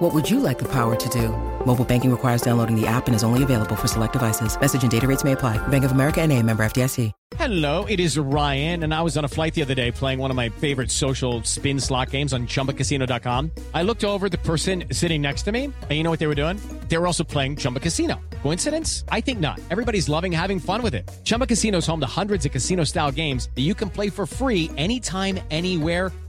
What would you like the power to do? Mobile banking requires downloading the app and is only available for select devices. Message and data rates may apply. Bank of America and a member FDIC. Hello, it is Ryan, and I was on a flight the other day playing one of my favorite social spin slot games on chumbacasino.com. I looked over at the person sitting next to me, and you know what they were doing? They were also playing Chumba Casino. Coincidence? I think not. Everybody's loving having fun with it. Chumba Casino is home to hundreds of casino style games that you can play for free anytime, anywhere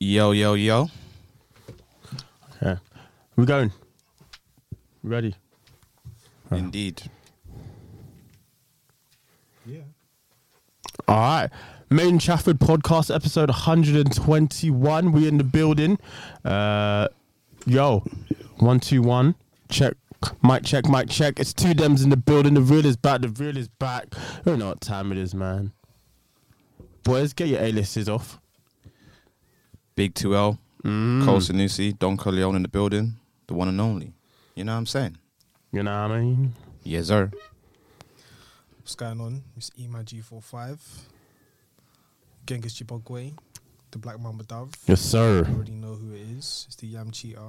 Yo, yo, yo. Yeah. We're going. Ready. Indeed. All right. Main Chafford podcast episode 121. We in the building. Uh yo. One two one. Check. Mic check, mic check. It's two dems in the building. The real is back. The real is back. I don't know what time it is, man. Boys, get your A-listers off. Big 2L, Cole Sanusi, Don Corleone in the building, the one and only. You know what I'm saying? You know what I mean? Yes, sir. What's going on? It's Ema G45, Genghis Chibogwe, the Black Mamba Dove. Yes, sir. You already know who it is. It's the Yam Cheater. Do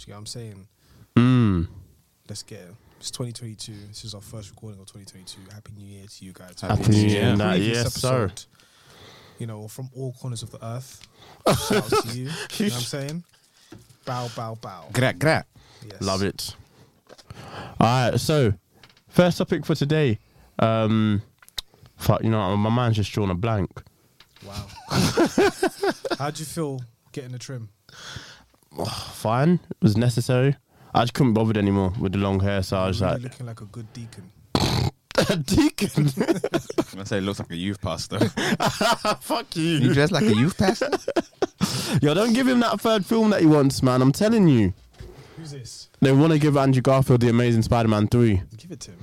you get what I'm saying? Mm. Let's get it. It's 2022. This is our first recording of 2022. Happy New Year to you guys. Happy Happy New Yeah. Year. nah, Previous Yes, sir. episode, You know, from all corners of the earth. Shout out to you. You know what I'm saying? Bow, bow, bow. Grat, grat. Yes. Love it. All right, so first topic for today. Um, fuck, you know, my man's just drawn a blank. Wow. How'd you feel getting the trim? Fine, it was necessary. I just couldn't be bothered anymore with the long hair, so I was Really like, looking like a good deacon. Deacon, I'm gonna say it looks like a youth pastor. fuck you you. dress like a youth pastor? Yo, don't give him that third film that he wants, man. I'm telling you. Who's this? They want to give Andrew Garfield The Amazing Spider Man 3. Give it to him.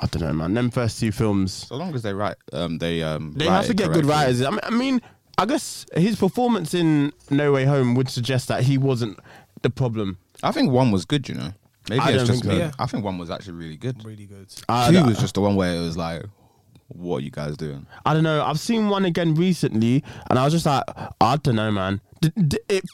I don't know, man. Them first two films. so long as they write, um, they um, They write have to it get good correctly. writers. I mean, I mean, I guess his performance in No Way Home would suggest that he wasn't the problem. I think one was good, you know. Maybe I it's don't just think so. me. Yeah. I think one was actually really good. Really good. I, Two I- was just the one where it was like, what are you guys doing? I don't know. I've seen one again recently, and I was just like, I don't know, man. D- d- it,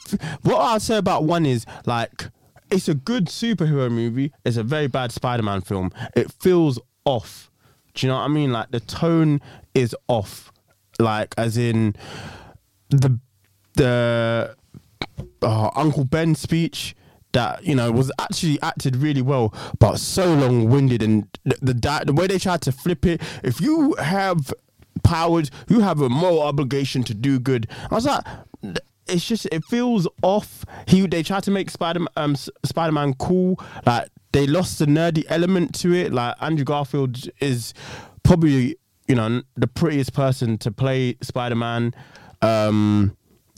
what I'd say about one is like, it's a good superhero movie. It's a very bad Spider-Man film. It feels off. Do you know what I mean? Like the tone is off. Like as in the the uh, Uncle Ben speech that you know was actually acted really well, but so long-winded and the the, di- the way they tried to flip it. If you have powers, you have a moral obligation to do good. I was like. th- It's just it feels off. He they tried to make Spider um Spider Man cool. Like they lost the nerdy element to it. Like Andrew Garfield is probably you know the prettiest person to play Spider Man. Um,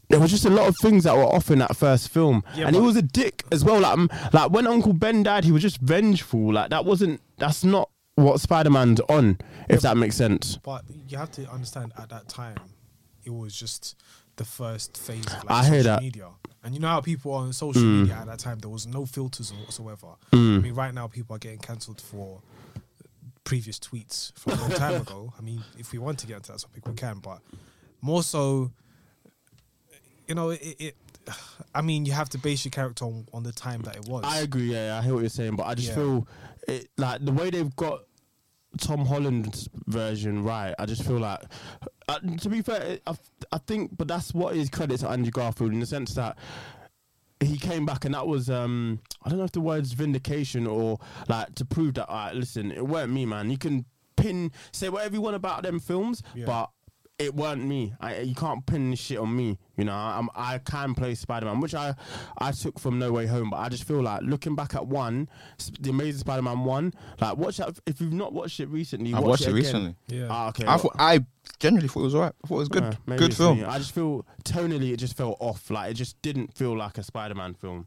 there was just a lot of things that were off in that first film, Yeah, and he but- was a dick as well. Like, um, like when Uncle Ben died, he was just vengeful. Like that wasn't. That's not what Spider Man's on, if that makes sense. But you have to understand at that time, it was just the first phase of like, I social hear that. Mm. media. And you know how people are on social media at that time, there was no filters whatsoever. I mean, right now, people are getting cancelled for previous tweets from a long time ago. I mean, if we want to get into that topic, we can, but more so, you know, it. it I mean, you have to base your character on, on the time that it was. I agree. Yeah, yeah, I hear what you're saying, but I just Yeah. feel it, like the way they've got Tom Holland's version right. I just feel like, uh, to be fair, it- I, I think, but that's what is credit to Andrew Garfield in the sense that he came back and that was um I don't know if the word's vindication or like to prove that. All right, listen, it weren't me, man. You can. pin say whatever you want about them films, Yeah. but it weren't me. I, you can't pin this shit on me. You know, I'm, I can play Spider Man, which I, I took from No Way Home, but I just feel like looking back at one, Sp- the Amazing Spider Man one, like watch that. If you've not watched it recently, I've watched watch it again. recently. Yeah. Ah, okay. I thought I generally thought it was alright. I thought it was good. Yeah, maybe good it's film. me. I just feel tonally it just felt off. Like it just didn't feel like a Spider Man film.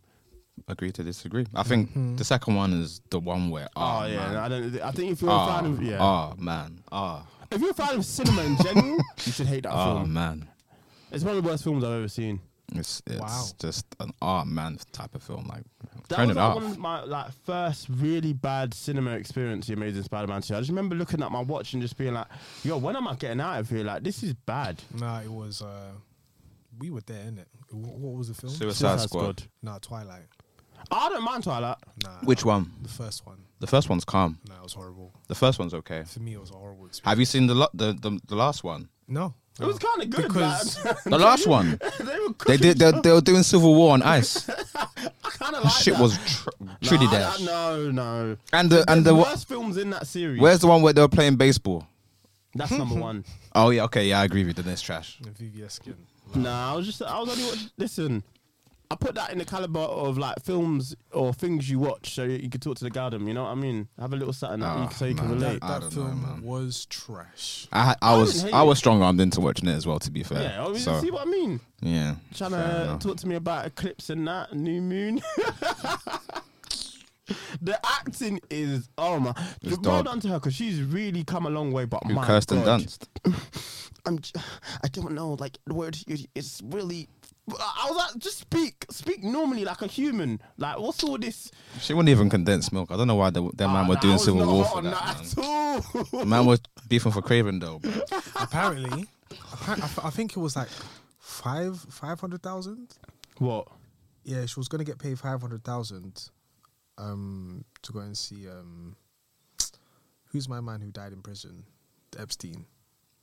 Agree to disagree. I think the second one is the one where Oh, oh, yeah, man. I don't. I think if you're a Ah, fan of yeah, ah, man, ah, if you're a fan of cinema in general, you should hate that ah, film. man. It's one of the worst films I've ever seen. It's it's Wow. just an ah man type of film. Like That turn was it like off. one of my like first really bad cinema experience. The Amazing Spider-Man Two. I just remember looking at my watch and just being like, "Yo, when am I getting out of here? Like, this is bad." Nah, it was. Uh, we were there, innit? Wh- What was the film? Suicide Squad. Nah, Twilight. I don't mind Twilight. Nah. Which one? The first one. The first one's calm. Nah, it was horrible. The first one's okay. For me, it was a horrible experience. Have you seen the lo- the, the the last one? No. It was kind of good. Because- man. The last one. they were They cooking did. They, they were doing Civil War on ice. kind of The like shit that. was tr- truly Nah, there. I- I- No, no. And the and the There's wha- worst films in that series. where's the one where they were playing baseball? That's number one. Oh yeah, okay, yeah, I agree with you. Then it's trash. The VVS skin. Nah, I was just I was only watching. Listen, I put that in the caliber of like films or things you watch, so you, you could talk to the garden. You know what I mean? Have a little something that you, Ah, so you can man. relate. I That don't know, film man. was trash. I had- I was didn't hate I it. was strong armed into watching it as well. To be fair, yeah, I mean, so see what I mean? yeah, Trying fair to enough. talk to me about Eclipse and that New Moon. the acting is oh my, It's well dog. done to her because she's really come a long way. But Who my cursed and God. danced? I'm, j- I don't know, like the word you- it's really. I was like, just speak, speak normally like a human. Like, what's all this? She wouldn't even condense milk. I don't know why the, that man Ah, was nah, I doing was Civil not War hot for on that. at Man. all. The man was beefing for Craven though. Bro. Apparently, appa- I, f- I think it was like five five hundred thousand. what? Yeah, she was gonna get paid five hundred thousand, um, to go and see um, who's my man who died in prison, Epstein.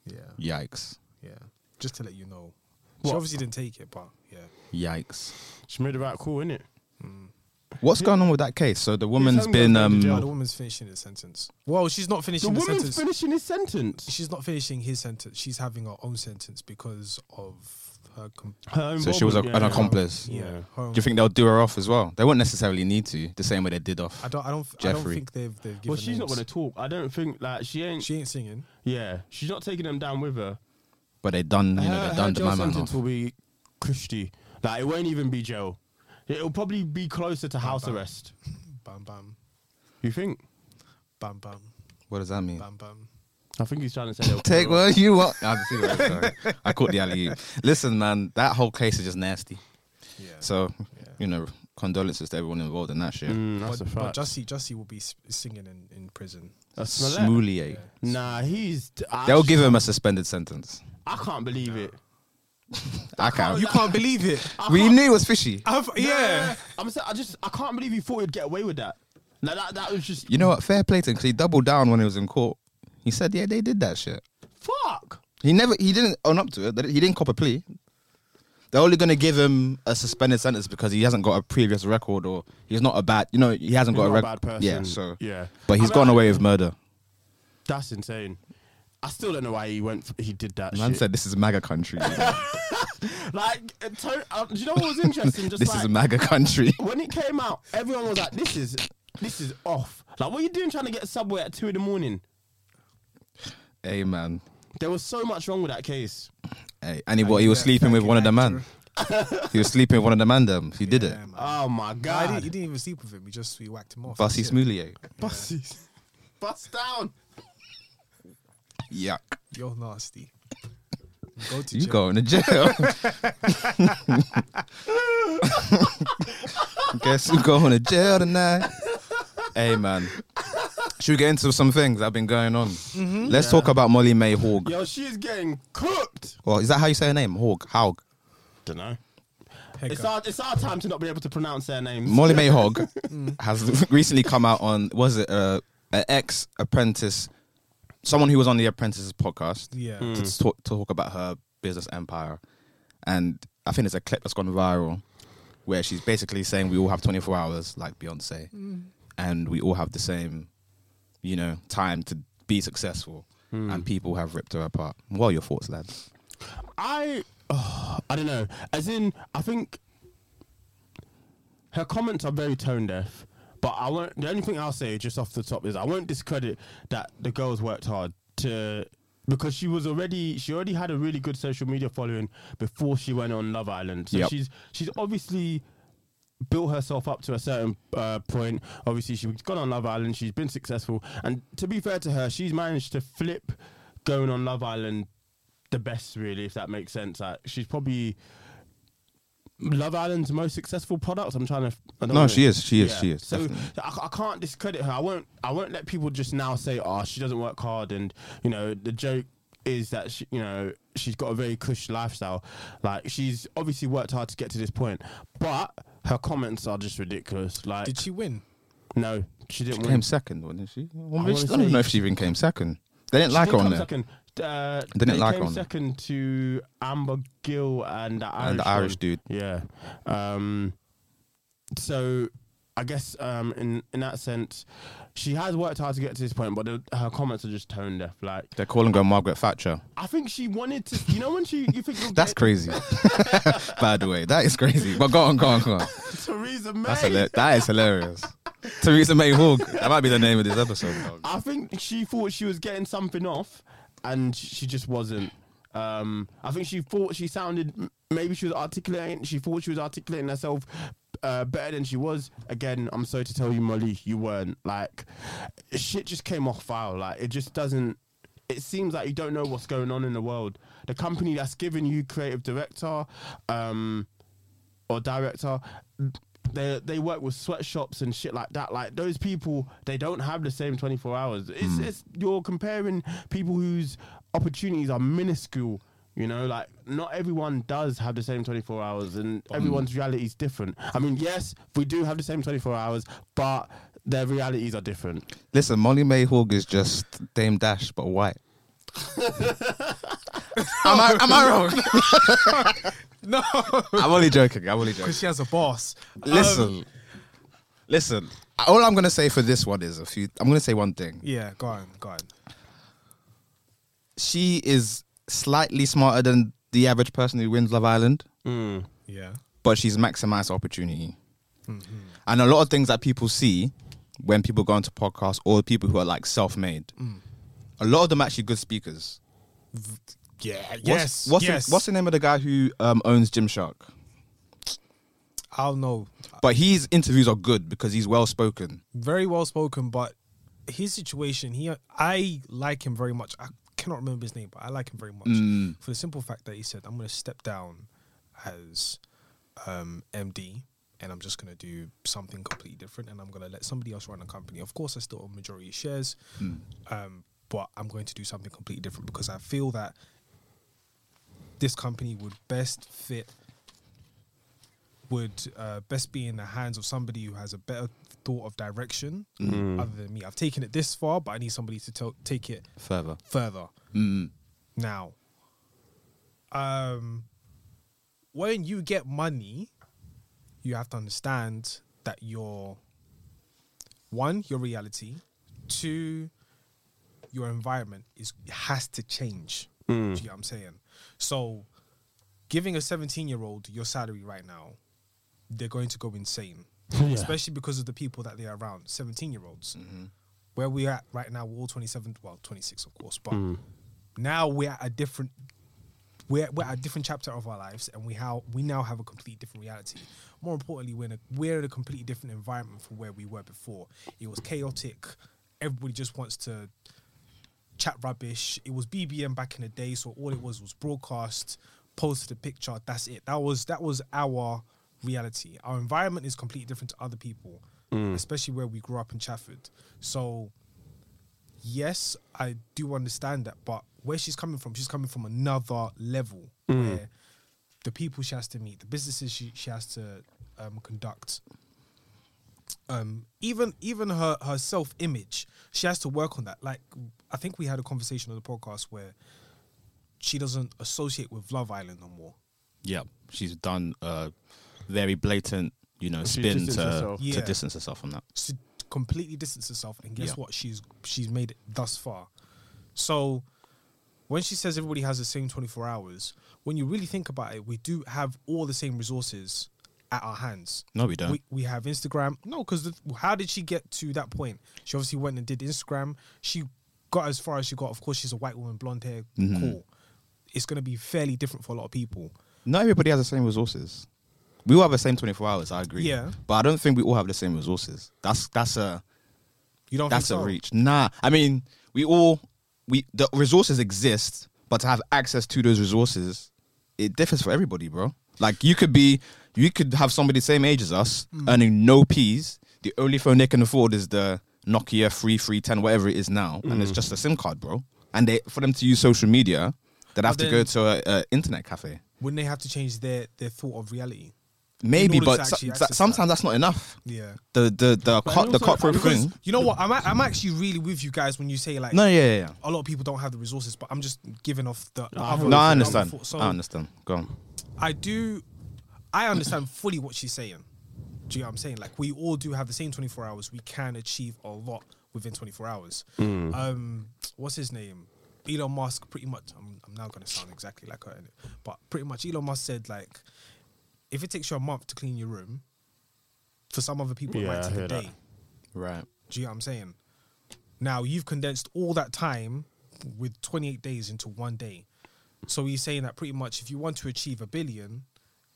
Yeah, Yikes! yeah. Just to let you know, she What? obviously didn't take it, but yeah, Yikes! She made the right call, innit? What's going on with that case? So the woman's homegirl been going to No, the um. woman's finishing the sentence. Well, she's not The finishing the, woman's sentence. finishing his sentence. she's not finishing his sentence. She's having her own sentence because of her. Com- Her own So she was a, involvement, an yeah. accomplice. yeah, Yeah. her own Do you think they'll do her off as well? They won't necessarily need to, the same way they did off. I don't. I don't. I don't Jeffrey. think they've. They've given. Well, she's not names. going to talk. I don't think like she ain't. She ain't singing. yeah, she's not taking them down with her. But they done, you know, her, Uh, they her done jail my man sentence off. will be Christie. Like, it won't even be jail. It'll probably be closer to house bam. arrest. Bam bam, You think? bam bam, What does that mean? bam bam. I think he's trying to say they'll- Take what you want. I, see what you're saying. I caught the alley. Listen, man, that whole case is just nasty. Yeah. So, Yeah. you know, condolences to everyone involved in that shit. Mm, but, that's a but fact. Jussie, Jussie will be s- singing in, in prison. Smollett. Smoulier. Nah, he's. I They'll just- give him a suspended sentence. I can't believe it. I can't. You can't believe it. we knew it was fishy. I've, yeah. I'm. sa- I just. I can't believe you thought you'd get away with that. Like that. That was just. You know what? Fair play to him 'cause he doubled down when he was in court. He said, "Yeah, they did that shit." Fuck. He never, he didn't own up to it. They- He didn't cop a plea. They're only gonna give him a suspended sentence because he hasn't got a previous record or he's not a bad, you know, he hasn't He's got not a, a rec- bad person. Yeah, so Yeah. but I he's mean, gone I- away with murder. That's insane. I still don't know why he went. He did that. Man shit. said this is MAGA country. you know. Like, uh, to, uh, do you know what was interesting? Just this like, is MAGA country. when it came out, everyone was like, "This is, this is off." Like, what are you doing trying to get a subway at two in the morning? hey man, There was so much wrong with that case. hey, and he, what, he was Yeah, sleeping with fucking one of the man. actor. He was sleeping with one of the man. Them. He did it. Yeah, man. Oh my Nah, he, didn't, god. he didn't even sleep with him. He just he whacked him off. Bussy That's it. Smoulier. Buses. Bust down. Yuck. You're nasty. Go to You jail. going to jail? Guess who's going to jail tonight? hey man, should we get into some things that have been going on? Let's talk about Molly May Haug. Yo, she's getting cooked. Well, is that how you say her name? Haug. Haug. Don't know. Heck It's up. our, it's our time to not be able to pronounce their names. Molly May Hogg has recently come out on was it uh, an ex apprentice, someone who was on the Apprentices podcast, Yeah. Mm. to talk to talk about her business empire, and I think there's a clip that's gone viral where she's basically saying we all have 24 hours like Beyonce, and we all have the same, you know, time to be successful, Hmm. and people have ripped her apart. What are your thoughts, lads? I oh, I don't know. As in, I think her comments are very tone deaf. But I won't. The only thing I'll say, just off the top, is I won't discredit that the girls worked hard to because she was already she already had a really good social media following before she went on Love Island. So Yep. she's she's obviously built herself up to a certain uh, point. Obviously, she's gone on Love Island. She's been successful, and to be fair to her, she's managed to flip going on Love Island the best, really, if that makes sense. Like, she's probably Love Island's most successful product. I'm trying to. I don't No, know. she is, she is, she is, So, definitely. so I, I can't discredit her. I won't. I won't let people just now say, "Oh, she doesn't work hard," and you know the joke is that she, you know she's got a very cush lifestyle. Like she's obviously worked hard to get to this point, but her comments are just ridiculous. Like, Did she win? no, she She didn't win. came second, wasn't she? Well, I I, wanna don't even say- know if she even came second. They didn't like her did on come there. Second. Uh, Didn't they like came her on there. second to Amber Gill and the Irish, And the Irish one. dude. Yeah. Um, so I guess um, in in that sense, she has worked hard to get to this point, but the, her comments are just tone deaf. Like They're calling her Margaret Thatcher. I think she wanted to. You know when she you think you'll That's get crazy. By the way, that is crazy. But go on, go on, go on. Theresa May. That's hila- that is hilarious. Theresa May Hawk. That might be the name of this episode. dog. I think she thought she was getting something off, and she just wasn't. Um, I think she thought she sounded. Maybe she was articulating. She thought she was articulating herself uh, better than she was. Again, I'm sorry to tell you, Molly, you weren't. Like, shit just came off foul. Like, it just doesn't. It seems like you don't know what's going on in the world. The company that's giving you creative director, um, or director, they they work with sweatshops and shit like that. Like those people, they don't have the same twenty four hours. It's, it's you're comparing people whose opportunities are minuscule. You know, like not everyone does have the same twenty four hours, and everyone's reality is different. I mean, yes, we do have the same twenty four hours, but their realities are different. Listen, Molly May Hawk is just Dame Dash, but white. am, I, am I wrong? No, I'm only joking. I'm only joking. because she has a boss. Listen, listen. All I'm gonna say for this one is a few. I'm gonna say one thing. Yeah, go on, go on. She is slightly smarter than the average person who wins Love Island, Yeah. but she's maximized opportunity. Mm-hmm. And a lot of things that people see when people go into podcasts or people who are like self-made, Mm. a lot of them are actually good speakers. Yeah. What's, what's yes. The, what's the name of the guy who um, owns Gymshark? I'll know. But his interviews are good because he's well spoken. Very well spoken, but his situation. He, I like him very much. I cannot remember his name, but I like him very much for the simple fact that he said, "I'm going to step down as um, MD." And I'm just gonna do something completely different, and I'm gonna let somebody else run the company. Of course, I still own majority shares, um, but I'm going to do something completely different because I feel that this company would best fit would uh, best be in the hands of somebody who has a better thought of direction other than me. I've taken it this far, but I need somebody to to- take it Further, further. Now, um, when you get money, you have to understand that your one, your reality, two, your environment is has to change. Do you get what I'm saying? So, giving a 17 year old your salary right now, they're going to go insane, especially because of the people that they're around, 17 year olds where we're at right now, we're all 27, well, 26, of course, but now we're at a different. We're, we're at a different chapter of our lives, and we how we now have a completely different reality. More importantly, we're in a, we're in a completely different environment from where we were before. It was chaotic. Everybody just wants to chat rubbish. It was BBM back in the day, so all it was was broadcast, posted a picture. That's it. That was that was our reality. Our environment is completely different to other people, especially where we grew up in Chafford. So, yes, I do understand that, but where she's coming from, she's coming from another level where the people she has to meet, the businesses she, she has to um, conduct, um, even even her her self image, she has to work on that. Like I think we had a conversation on the podcast where she doesn't associate with Love Island no more. yeah, she's done a very blatant, you know, She spin distanced to, herself. to Yeah. distance herself from that. She completely distanced herself, and guess Yeah. what? She's she's made it thus far. So when she says everybody has the same 24 hours, when you really think about it, we do have all the same resources at our hands. No, we don't. We, we have Instagram. No, because how did she get to that point? She obviously went and did Instagram. She got as far as she got. Of course, she's a white woman, blonde hair, Mm-hmm. cool. It's going to be fairly different for a lot of people. Not everybody has the same resources. We all have the same 24 hours, I agree. Yeah. But I don't think we all have the same resources. That's that's a You don't that's think a so? reach. Nah. I mean, we all we the resources exist, but to have access to those resources, it differs for everybody, bro. Like you could be you could have somebody the same age as us Hmm. earning no P's. The only phone they can afford is the Nokia 3310, whatever it is now, and Hmm. it's just a SIM card, bro. And they for them to use social media, they'd have to then- go to a, a internet cafe. Wouldn't they have to change their, their thought of reality? Maybe, order to but so- actually access sometimes that's not enough. Yeah. The the the But co- the also- corporate because- thing. You know what? I'm, a- I'm actually really with you guys when you say like No, yeah, yeah. yeah. a lot of people don't have the resources, but I'm just giving off the. the other- No, I the other understand. thought. So I understand. Go on. I do. I understand fully what she's saying. Do you know what I'm saying? Like we all do have the same 24 hours. We can achieve a lot within 24 hours. Mm. Um, what's his name? Elon Musk. Pretty much. I'm, I'm now going to sound exactly like her, innit? but pretty much Elon Musk said like, if it takes you a month to clean your room, for some other people it Yeah, might I take a hear that. day. Right. Do you know what I'm saying? Now you've condensed all that time with 28 days into one day. So he's saying that pretty much if you want to achieve a billion,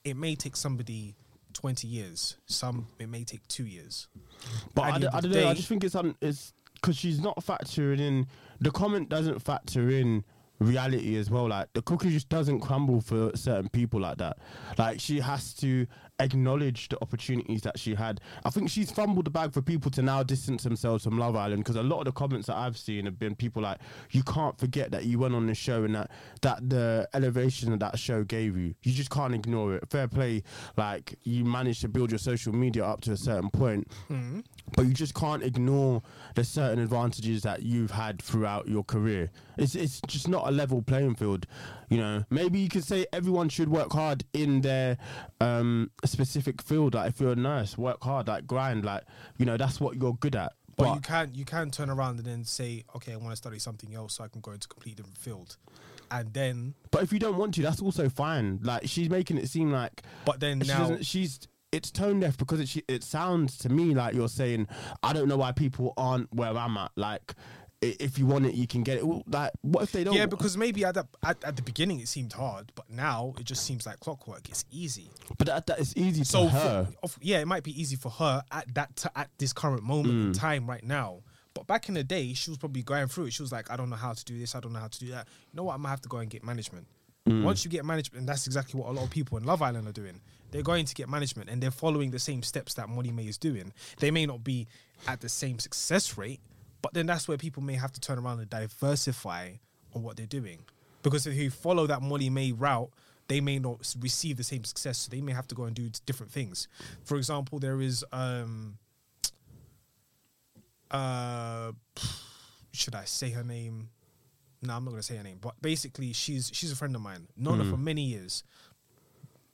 it may take somebody 20 years. Some it may take two years. But At I, the d- end I of the don't know. I day- just think it's un- it's because she's not factoring in. The comment doesn't factor in reality as well. Like the cookie just doesn't crumble for certain people like that. Like she has to acknowledge the opportunities that she had. I think she's fumbled the bag for people to now distance themselves from Love Island because a lot of the comments that I've seen have been people like, "You can't forget that you went on this show and that that the elevation that that show gave you. You just can't ignore it. Fair play. Like you managed to build your social media up to a certain point." Mm-hmm. but you just can't ignore the certain advantages that you've had throughout your career. It's it's just not a level playing field, you know. Maybe you could say everyone should work hard in their um, specific field. Like if you're a nurse, work hard, like grind, like you know that's what you're good at. But, But, you can you can turn around and then say, okay, I want to study something else so I can go into a completely different field. And then but if you don't want to, that's also fine. Like she's making it seem like but then she now doesn't- she's it's tone deaf because it she, it sounds to me like you're saying I don't know why people aren't where I'm at. Like i- if you want it, you can get it. Well, like what if they don't? yeah, because maybe at, that, at at the beginning it seemed hard, but now it just seems like clockwork. It's easy. but that, that is easy So to her. For, of, yeah, it might be easy for her at that t- at this current moment in time right now. But back in the day, she was probably going through it. She was like, I don't know how to do this. I don't know how to do that. You know what? I'm gonna have to go and get management. Once you get management, and that's exactly what a lot of people in Love Island are doing. They're going to get management, and they're following the same steps that Molly May is doing. They may not be at the same success rate, but then that's where people may have to turn around and diversify on what they're doing. Because if you follow that Molly May route, they may not s- receive the same success. So they may have to go and do t- different things. For example, there is um uh should I say her name? No, I'm not gonna say her name, but basically she's she's a friend of mine, known her for many years.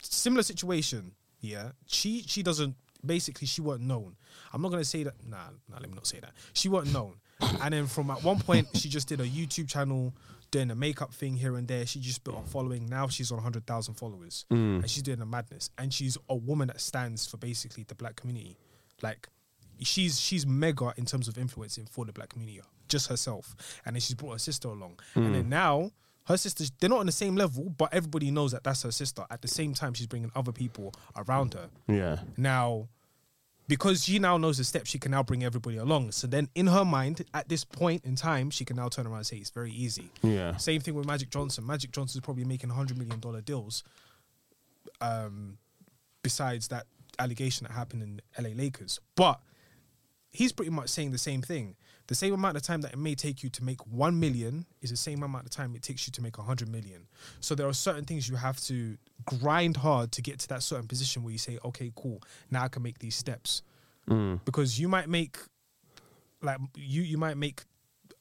Similar situation, yeah. She she doesn't basically she weren't known. I'm not gonna say that nah, nah let me not say that. She weren't known. and then from at one point she just did a YouTube channel doing a makeup thing here and there. She just built a following. Now she's on hundred thousand followers. And she's doing a madness. And she's a woman that stands for basically the black community. Like she's she's mega in terms of influencing for the black community, just herself. And then she's brought her sister along. And then now her sisters they're not on the same level, but everybody knows that that's her sister. At the same time, she's bringing other people around her. Yeah. Now, because she now knows the steps, she can now bring everybody along. So then, in her mind, at this point in time, she can now turn around and say it's very easy. Yeah. Same thing with Magic Johnson. Magic Johnson's probably making hundred million dollar deals. Um, besides that allegation that happened in LA Lakers, but he's pretty much saying the same thing. The same amount of time that it may take you to make one million is the same amount of time it takes you to make a hundred million. So there are certain things you have to grind hard to get to that certain position where you say, okay, cool, now I can make these steps. Because you might make, like you you might make,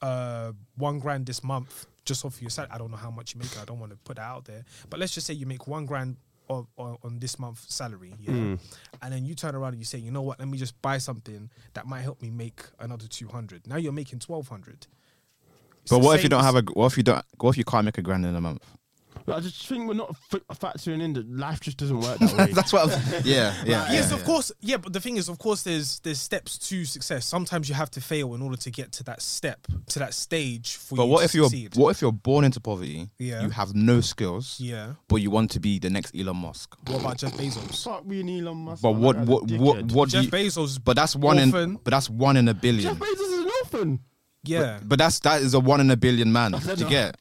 uh, one grand this month just off your salary. I don't know how much you make. I don't want to put that out there. But let's just say you make one grand. Of, on on this month's salary, yeah, Hmm. and then you turn around and you say, you know what? Let me just buy something that might help me make another two hundred. Now you're making twelve hundred But the what if same you don't as- have a? What if you don't? What if you can't make a grand in a month? But I just think we're not f- factoring in that life just doesn't work that way. That's what. I'm, yeah, yeah. yes, yeah, of yeah. course. Yeah, but the thing is, of course, there's there's steps to success. Sometimes you have to fail in order to get to that step, to that stage. For But you what to if you're succeed. what if you're born into poverty? Yeah. You have no skills. Yeah. But you want to be the next Elon Musk. What about Jeff Bezos? Fuck me and Elon Musk. But man, what that what guy's a what dickhead. what? do Jeff you- Bezos. But that's one in. orphan. But that's one in a billion. Jeff Bezos is an orphan. yeah. But that's that is a one in a billion man to enough. get.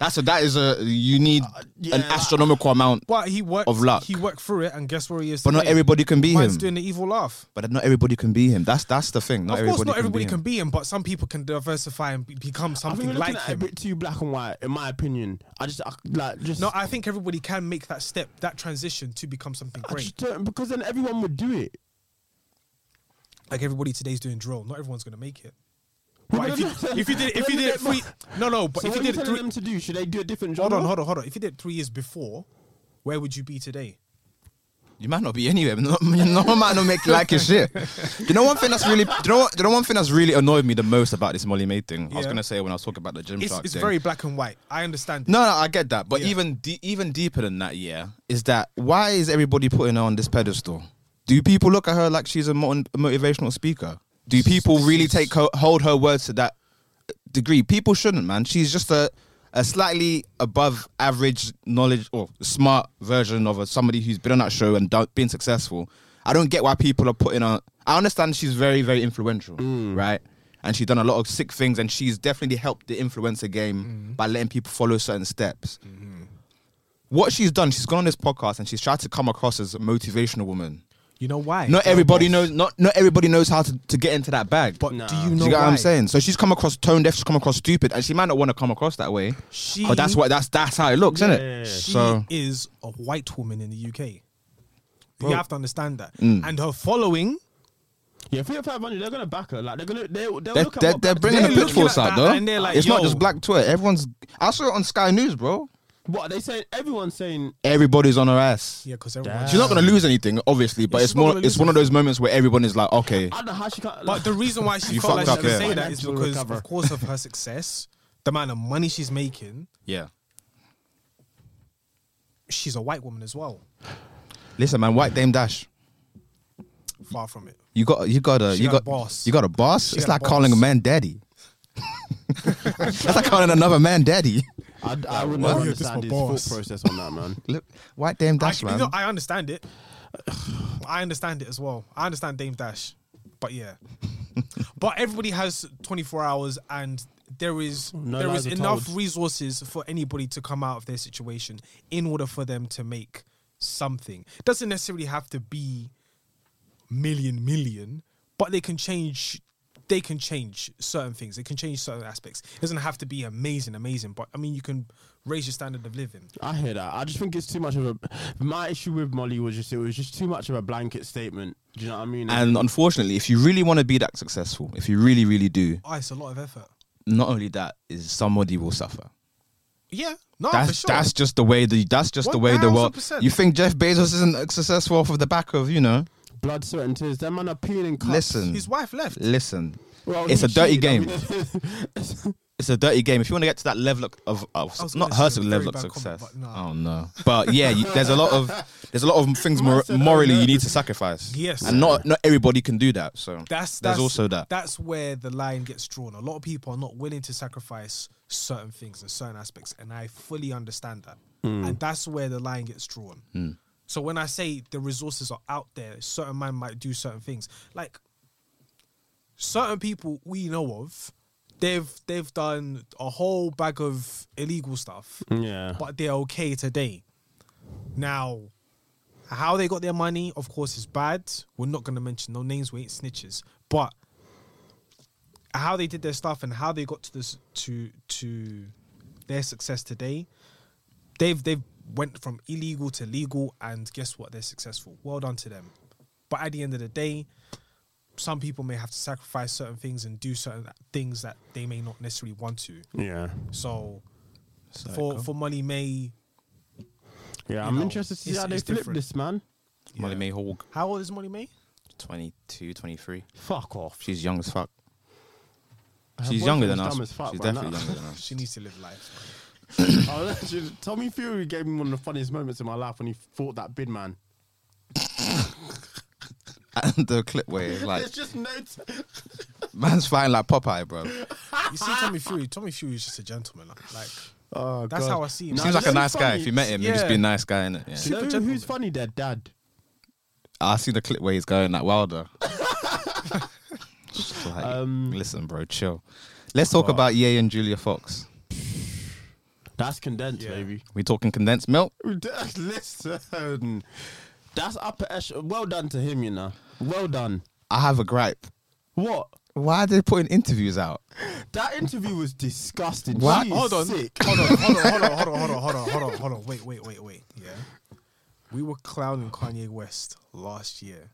That's a that is a you need Uh, yeah, an that- astronomical amount. But he worked Of luck. He worked through it, and guess where he is. But not today? everybody can be Man's him. doing the evil laugh. But not everybody can be him. That's that's the thing. Not of course, everybody not everybody can can be him, but some people can diversify and be- become I think something we're like looking at it a him. bit too black and white, in my opinion. I just I, like just No, I think everybody can make that step, that transition to become something I great. just don't because then everyone would do it. Like everybody today's doing drill. Not everyone's gonna make it. But But if you, then- if you did if but then you did it they- three no no but so if what you are you did it telling three them to do? Should they do a different job? hold on hold on hold on if you did it three years before, where would you be today? You might not be anywhere. but No, you know, might not make like your shit. You know one thing that's really, you know, what, you know one thing that's really annoyed me the most about this Molly May thing. I was Yeah. gonna say when I was talking about the gym It's, shark it's thing. very black and white. I understand. no, no, I get that, but Yeah. even de- even deeper than that, yeah, is that why is everybody putting her on this pedestal? Do people look at her like she's a mo- motivational speaker? Do people really take her, hold her words to that degree? People shouldn't, man. She's just a a slightly above average knowledge or smart version of a, somebody who's been on that show and done, been successful. I don't get why people are putting her. I understand she's very very influential, right? And she's done a lot of sick things, and she's definitely helped the influencer game Mm-hmm. by letting people follow certain steps what she's done, she's gone on this podcast and she's tried to come across as a motivational woman. You know why? Not everybody knows. Not not everybody knows how to, to get into that bag. But do you Do know you get why? what I'm saying? So she's come across tone deaf. She's come across stupid, and she might not want to come across that way. She- but that's what that's that's how it looks, isn't it? She So is a white woman in the UK. You have to understand that. Mm. And her following Yeah, three or five hundred, they're gonna back her. Like they're gonna they're they're, they're, look at they're, what- they're bringing they're the looking pitchforks at out, that though. and they're like, it's not yo. just black Twitter. Everyone's. I saw it on Sky News, bro. what they saying. Everyone's saying Everybody's on her ass. Yeah, because everyone. She's not gonna lose anything, obviously, but she's it's not more. gonna It's lose one of those moments where everyone is like, okay, I don't know how she can't. But the reason why she You felt like fucked she up, could yeah. say that is Financial because, recover. of course, of her success, the amount of money she's making. yeah. She's a white woman as well. Listen, man, White Dame Dash. Far from it. You got you got a She you got got, a boss. You got a boss. She it's got a like calling a boss. man daddy. That's like calling another man daddy. I, I would what? never Yeah, this my understand his boss. thought process on that man. Look, white damn dash I, you man. know, I understand it. I understand it as well. I understand Dame Dash, but yeah. but everybody has 24 hours, and there is No there lies is are enough told. resources for anybody to come out of their situation in order for them to make something. Doesn't necessarily have to be million million, but they can change. They can change certain things. They can change certain aspects. It doesn't have to be amazing, amazing. But I mean, you can raise your standard of living. I hear that. I just think it's too much of a. My issue with Molly was just it was just too much of a blanket statement. Do you know what I mean? and unfortunately, if you really want to be that successful, if you really really do, Oh, it's a lot of effort. not only that is somebody will suffer. Yeah, no, That's Oh, for sure. that's just the way the that's just the way the world. 1000%. You think Jeff Bezos isn't successful off of the back of you know? blood, sweat, and tears. Them man are peeling. Cups. Listen, his wife left. listen. Well, it's he a dirty cheated. game. it's a dirty game. If you want to get to that level of, I was of gonna not her say a very level of bad success, comment, but no. oh no. But yeah, you, there's a lot of there's a lot of things Man mor- said, oh, morally no. you need to sacrifice. Yes. and not not everybody can do that. So there's That's, that's also that. That's where the line gets drawn. A lot of people are not willing to sacrifice certain things and certain aspects, and I fully understand that. And that's where the line gets drawn. Hmm. So when I say the resources are out there, certain man might do certain things. Like certain people we know of, they've they've done a whole bag of illegal stuff. Yeah. but they're okay today. Now, how they got their money, of course, is bad. We're not going to mention no names. We ain't snitches. But how they did their stuff and how they got to this to to their success today, they've they've went from illegal to legal, and guess what? They're successful. Well done to them. But at the end of the day, some people may have to sacrifice certain things and do certain things that they may not necessarily want to. Yeah. So for for Molly May, Yeah. You I'm know, interested to see it's- how they it's flip different. this, man. Molly May Hall, how old is Molly May? 22, 23. Fuck off. She's young as fuck. She's younger than us. Dumb as fuck, She's man. definitely younger than us. She needs to live life. I was actually- Oh, Tommy Fury gave me one of the funniest moments in my life when he fought that bid man. And the clip where it's like There's just no. T- man's fine like Popeye, bro. man. You see, Tommy Fury. Tommy Fury is just a gentleman. Like, like oh, that's God. how I see him. No, Seems you like know a who's nice guy. funny? If you met him, he'd just Yeah. be a nice guy, innit? Yeah. Do you No, know gentlemen. who's funny? Their dad. I see the clip where he's going like Wilder. Just like, listen, bro, chill. Let's talk about Ye and Julia Fox. That's condensed, Yeah. baby. We talking condensed milk? Listen, that's upper echelon. Well done to him, you know. Well done. I have a gripe. What? Why are they putting interviews out? That interview was disgusting. What? She is hold on, sick. hold on, hold on, hold on, hold on, hold on, hold on, hold on, hold on. Wait, wait, wait, wait. Yeah, we were clowning Kanye West last year.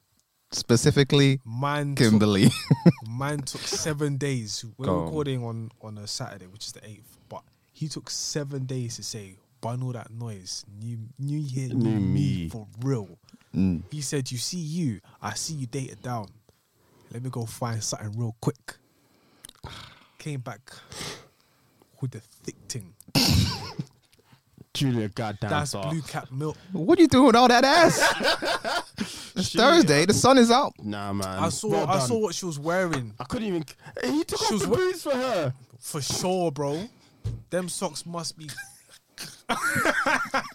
Specifically, Man, took, Kimberly. man took seven days. We're Go on. recording on on a Saturday, which is the eighth, but he took seven days to say bundle that noise. New New Year, new, New me." me for real. He said, "You see you, I see you dated down. Let me go find something real quick." Came back with the thick thing. Julia, goddamn. That's dark. blue cap milk. what are you doing with all that ass? it's Thursday. The sun is out. Nah, man. I saw Well I done. saw what she was wearing I couldn't even. He took She off was the wet. boots for her. for sure, bro. Them socks must be.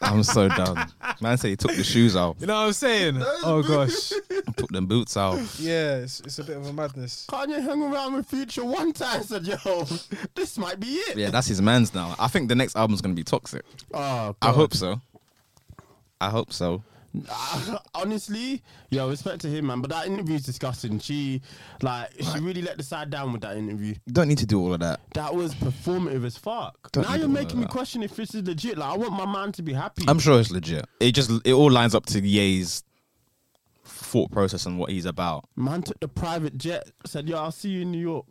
I'm so done. Man said he took the shoes out, You know what I'm saying? Oh gosh, took them boots out. yeah, it's, it's a bit of a madness. Kanye hung around with Future one time. Said, "Yo, this might be it." Yeah, that's his man's now. I think the next album's gonna be toxic. Oh, I God. hope so. I hope so. Honestly, yo, respect to him, man. But that interview's disgusting. She, like, she really let the side down with that interview. Don't need to do all of that. That was performative as fuck. Don't now need all you're of making me that. question if this is legit. Like, I want my man to be happy. I'm sure it's legit. It just it all lines up to Ye's thought process and what he's about. man took the private jet. Said, "Yo, I'll see you in New York."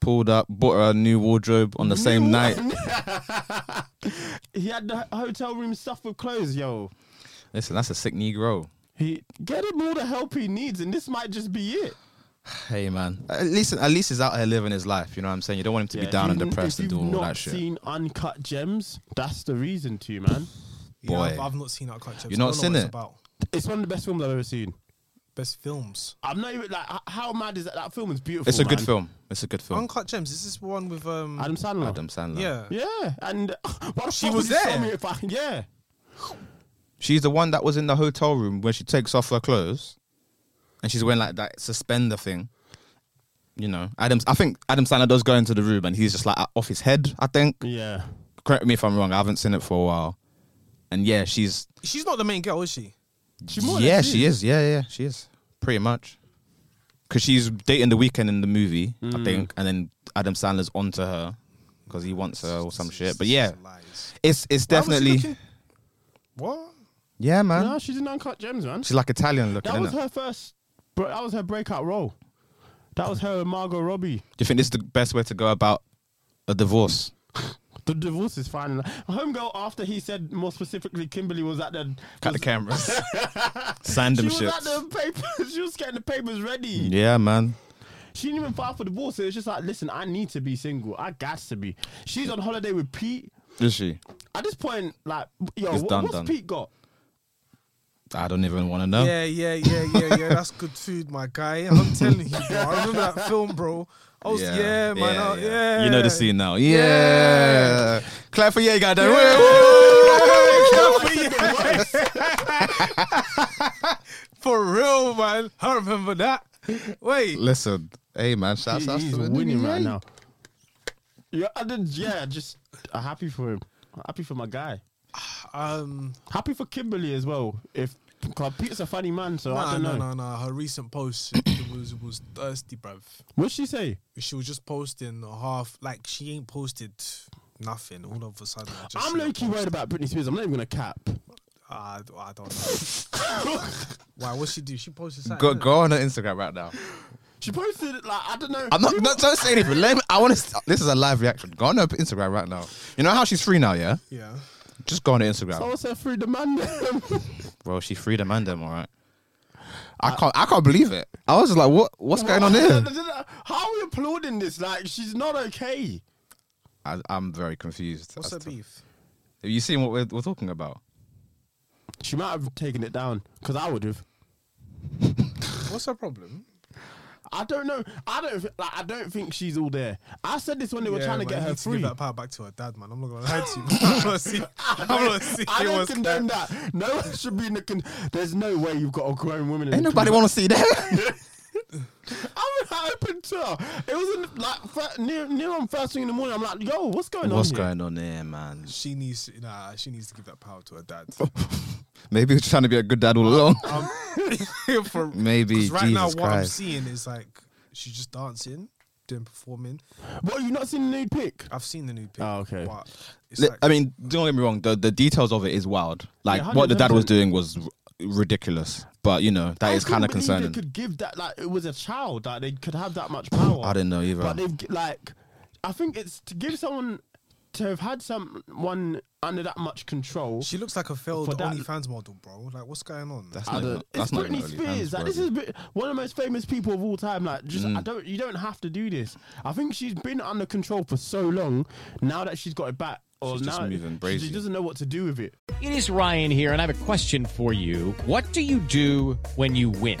Pulled up, bought her a new wardrobe on the same night. He had the hotel room stuffed with clothes, yo. Listen, that's a sick Negro. He get him all the help he needs, and this might just be it. Hey man, at least at least he's out here living his life. You know what I'm saying? You don't want him to Yeah, be down if and you've- depressed if and you've doing all not that shit. Seen uncut gems. That's the reason to you, man. Yeah, I've, Boy. I've not seen that concept. You not seen it? About It's one of the best films I've ever seen. best films. I'm not even like, h- how mad is that? That film is beautiful. It's a good man. film. It's a good film. Uncut Gems. Is this one with um? Adam Sandler. Adam Sandler. yeah. Yeah, and why the She fuck would was you tell there. me if I- yeah, She's the one that was in the hotel room when she takes off her clothes, and she's wearing like that suspender thing. You know, Adams. I think Adam Sandler does go into the room and he's just like off his head. I think. yeah. Correct me if I'm wrong. I haven't seen it for a while. And yeah, she's She's not the main girl, is she? She more or yeah, less she is. Yeah, yeah, she is. Pretty much. Because she's dating the weekend in the movie, Mm. I think, and then Adam Sandler's onto her because he wants her or some shit. But yeah, Lies. it's it's Why was she definitely looking- What? yeah, man. No, she's in Uncut Gems, man. She's like Italian looking. That was innit? her first. Bro, that was her breakout role. That was her and Margot Robbie. Do you think this is the best way to go about a divorce? The divorce is final. Homegirl, after he said more specifically, Kimberly was at the. Cut the cameras. Sand She them was shit. at the papers. She was getting the papers ready. Yeah, man. She didn't even file for divorce. It was just like, listen, I need to be single. I got to be. She's on holiday with Pete. Is she? At this point, like, yo, It's what, done, what's done. Pete got? I don't even want to know. Yeah, yeah, yeah, yeah, yeah. That's good food, my guy. I'm telling you, bro. I remember that film, bro. I was, yeah, man. I- Yeah, You know the scene now. Yeah. Clap for yeah, guy. Yeah. For real, man. I remember that. Wait. Listen, hey man, shout He- out he's to him. winning right Yeah. now. Yeah, I did, yeah, just uh, happy for him. Happy for my guy. Um. Happy for Kimberly as well. If 'cause Pete's a funny man, so I Nah, don't know. no, no, no. Her recent post it was it was thirsty, bruv. What'd she say? she was just posting half like she ain't posted nothing all of a sudden I just I'm see her low key post. worried about Britney Spears. I'm not even gonna cap. I, I don't know why what she do she posted something Go, innit? go on her Instagram right now. She posted like I don't know. I'm not, not don't say anything. Let me, I want to. This is a live reaction. Go on her Instagram right now. You know how she's free now, yeah? yeah Just go on her Instagram, I was her through the man. bro. She freed a man, them, all right. I can't. I can't believe it. I was just like, what? What's going on here? How are we applauding this? Like she's not okay. I, I'm very confused. What's as the to- beef? Have you seen what we're, we're talking about? She might have taken it down because I would have. What's her problem? I don't know. I don't. thi- Like, I don't think she's all there. I said this when they were Yeah, trying to man, get you her need to give free. that power back to her dad, man. I'm not gonna lie to you. I'm not see. I'm not see. I it don't was condemn that. No one should be in the. Con- There's no way you've got a grown woman. In Ain't the nobody con- want to see that. I mean, I opened to her. It was in, like fir- near near on first thing in the morning. I'm like, yo, what's going on? what's here? going on there, man? She needs nah. She needs to give that power to her dad. Maybe he's trying to be a good dad all Uh, along. For, Maybe, 'cause right now, Jesus what I'm Christ. seeing is like she's just dancing, doing performing. What you not seen the nude pic? I've seen the new pic. Oh, okay. But it's Li- like, I mean, don't get me wrong. The the details of it is wild. Like Yeah, what the dad was 100%. doing was r- ridiculous. But you know that I is kind couldn't of believe concerning. They could give that like it was a child like they could have that much power. I didn't know either. But they've g- like, I think it's to give someone to have had someone under that much control. she looks like a failed For that- OnlyFans model, bro. Like, what's going on? That's I not. don't, even- it's That's not even Britney really hands, Spears. Like, bro. this is Brit- one of the most famous people of all time. Like, just Mm. I don't. You don't have to do this. I think she's been under control for so long. Now that she's got it back, or She's just now moving she, brazy. she doesn't know what to do with it. It is Ryan here, and I have a question for you. What do you do when you win?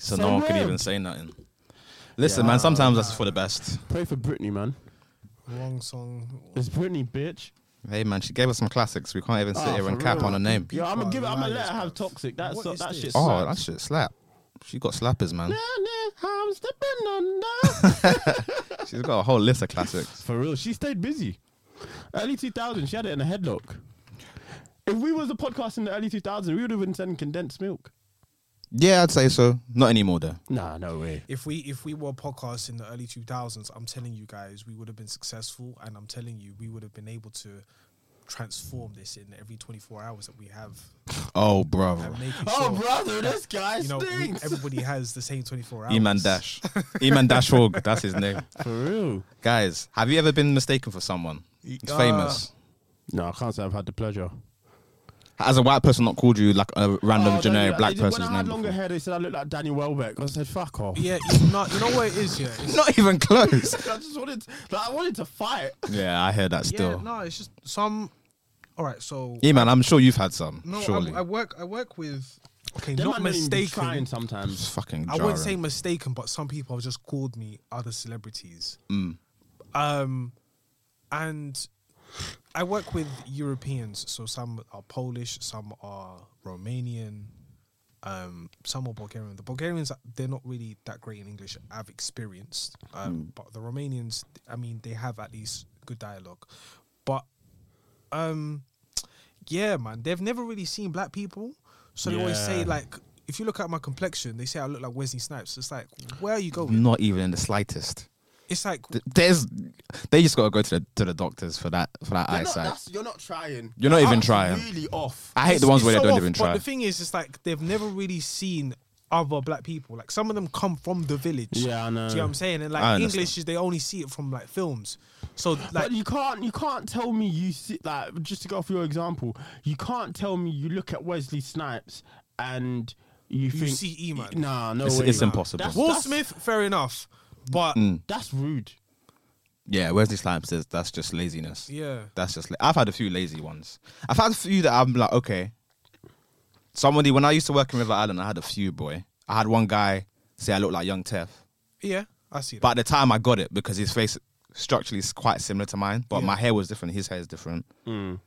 So So no one can weird. even say nothing. Listen, man. Sometimes that's for the best. Pray for Britney, man. Wrong song. It's Britney, bitch. Hey, man. She gave us some classics. We can't even sit Ah, here and for cap real. on her name. Yo, I'm are gonna give it. I'm gonna let liars, her have bruv. toxic. That's What so, is that this? shit. Oh, slaps. that shit slap. She got slappers, man. I'm stepping on that. She's got a whole list of classics. For real, she stayed busy. Early 2000, she had it in a headlock. If we was a podcast in the early 2000s, we would have been sending condensed milk. Yeah, I'd say so. Not anymore, though. Nah, no way. If we if we were a podcast in the early 2000s, I'm telling you guys, we would have been successful, and I'm telling you, we would have been able to transform this in every 24 hours that we have. Oh, bro. And making Oh, sure, brother, this guy you know, we- stinks. everybody has the same 24 hours. Eman Dash. Eman Dash Org. That's his name. For real. Guys, have you ever been mistaken for someone? It's Uh, famous. No, I can't say I've had the pleasure. Oh, Has a white person not called you like Oh, a random generic black When person's I name? had longer before? hair, they said I looked like Daniel Welbeck. I said, fuck off. Yeah, you know, you know what it is, yeah. It's, Not even close. I just wanted, like, I wanted to fight. yeah, I hear that yeah, still. no, it's just some. All right, so Eman, I'm sure you've had some. no, surely. I, I work. I work with. Okay, Them not man don't even be trying mistaken. Sometimes It's fucking. I wouldn't say jarring. mistaken, but some people have just called me other celebrities. Mm. Um, and I work with Europeans, so some are Polish, some are Romanian, um, some are Bulgarian. The Bulgarians, they're not really that great in English. I've experienced, um, but the Romanians, I mean, they have at least good dialogue, but um, yeah, man, they've never really seen black people, so they always say Yeah. like. If you look at my complexion, they say I look like Wesley Snipes. It's like, where are you going? Not even in the slightest. It's like, Th- There's, they just gotta go to the to the doctors for that for that You're not- eyesight. that's- you're not trying. You're not even That's trying. Really off. I hate It's- the ones it's where they so don't off, even But try. the thing is, it's like they've never really seen other black people. Like some of them come from the village. Yeah, I know. Do you know what I'm saying? And I like understand. English is they only see it from like films. So like but you can't you can't tell me you see like just to go off your example, you can't tell me you look at Wesley Snipes and you, think see Eman. Nah, no It's- way. it's impossible. That's, Will that's- Smith, fair enough, but Mm. That's rude. Yeah, Wesley Snipes says that's just laziness. Yeah. that's just. La- I've had a few lazy ones. I've had a few that I'm like, okay. Somebody when I used to work in River Island, I had a few boy. I had one guy say I look like Young Tef, yeah, I see. That. but at the time I got it because his face structurally is quite similar to mine, but my hair was different. His hair is different.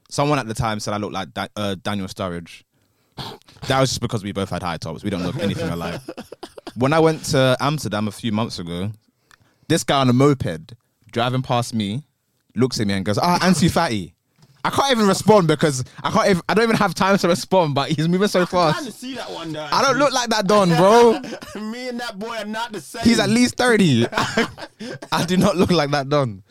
Someone at the time said I look like da- uh, Daniel Sturridge. that was just because we both had high tops. We don't look anything alike. When I went to Amsterdam a few months ago, this guy on a moped driving past me looks at me and goes, "Ah, Ansu Fatty." I can't even respond because I can't. Even, I don't even have time to respond. But he's moving so to fast. see that one though. I don't look like that Don, bro. Me and that boy are not the same. He's at least thirty. I do not look like that Don.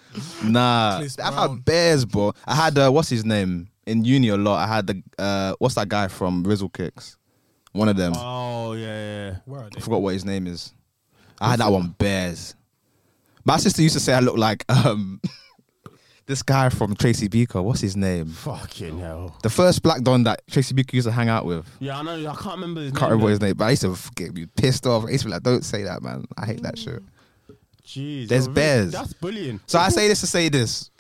Nah, Chris I've Brown. had bears, bro. I had uh, what's his name in uni a lot. I had the uh, what's that guy from Rizzle Kicks, one of them. Uh, Oh yeah, yeah. Where are they? I forgot what his name is. I had that one bears. My sister used to say I look like um this guy from Tracy Beaker. What's his name? Fucking hell. The first black don that Tracy Beaker used to hang out with. Yeah, I know. I can't remember his Can't name. remember his name, but I used to get be pissed off. I used to be like, "Don't say that, man. I hate Mm. that shit." Jeez, There's bro, bears. That's bullying. So I say this to say this: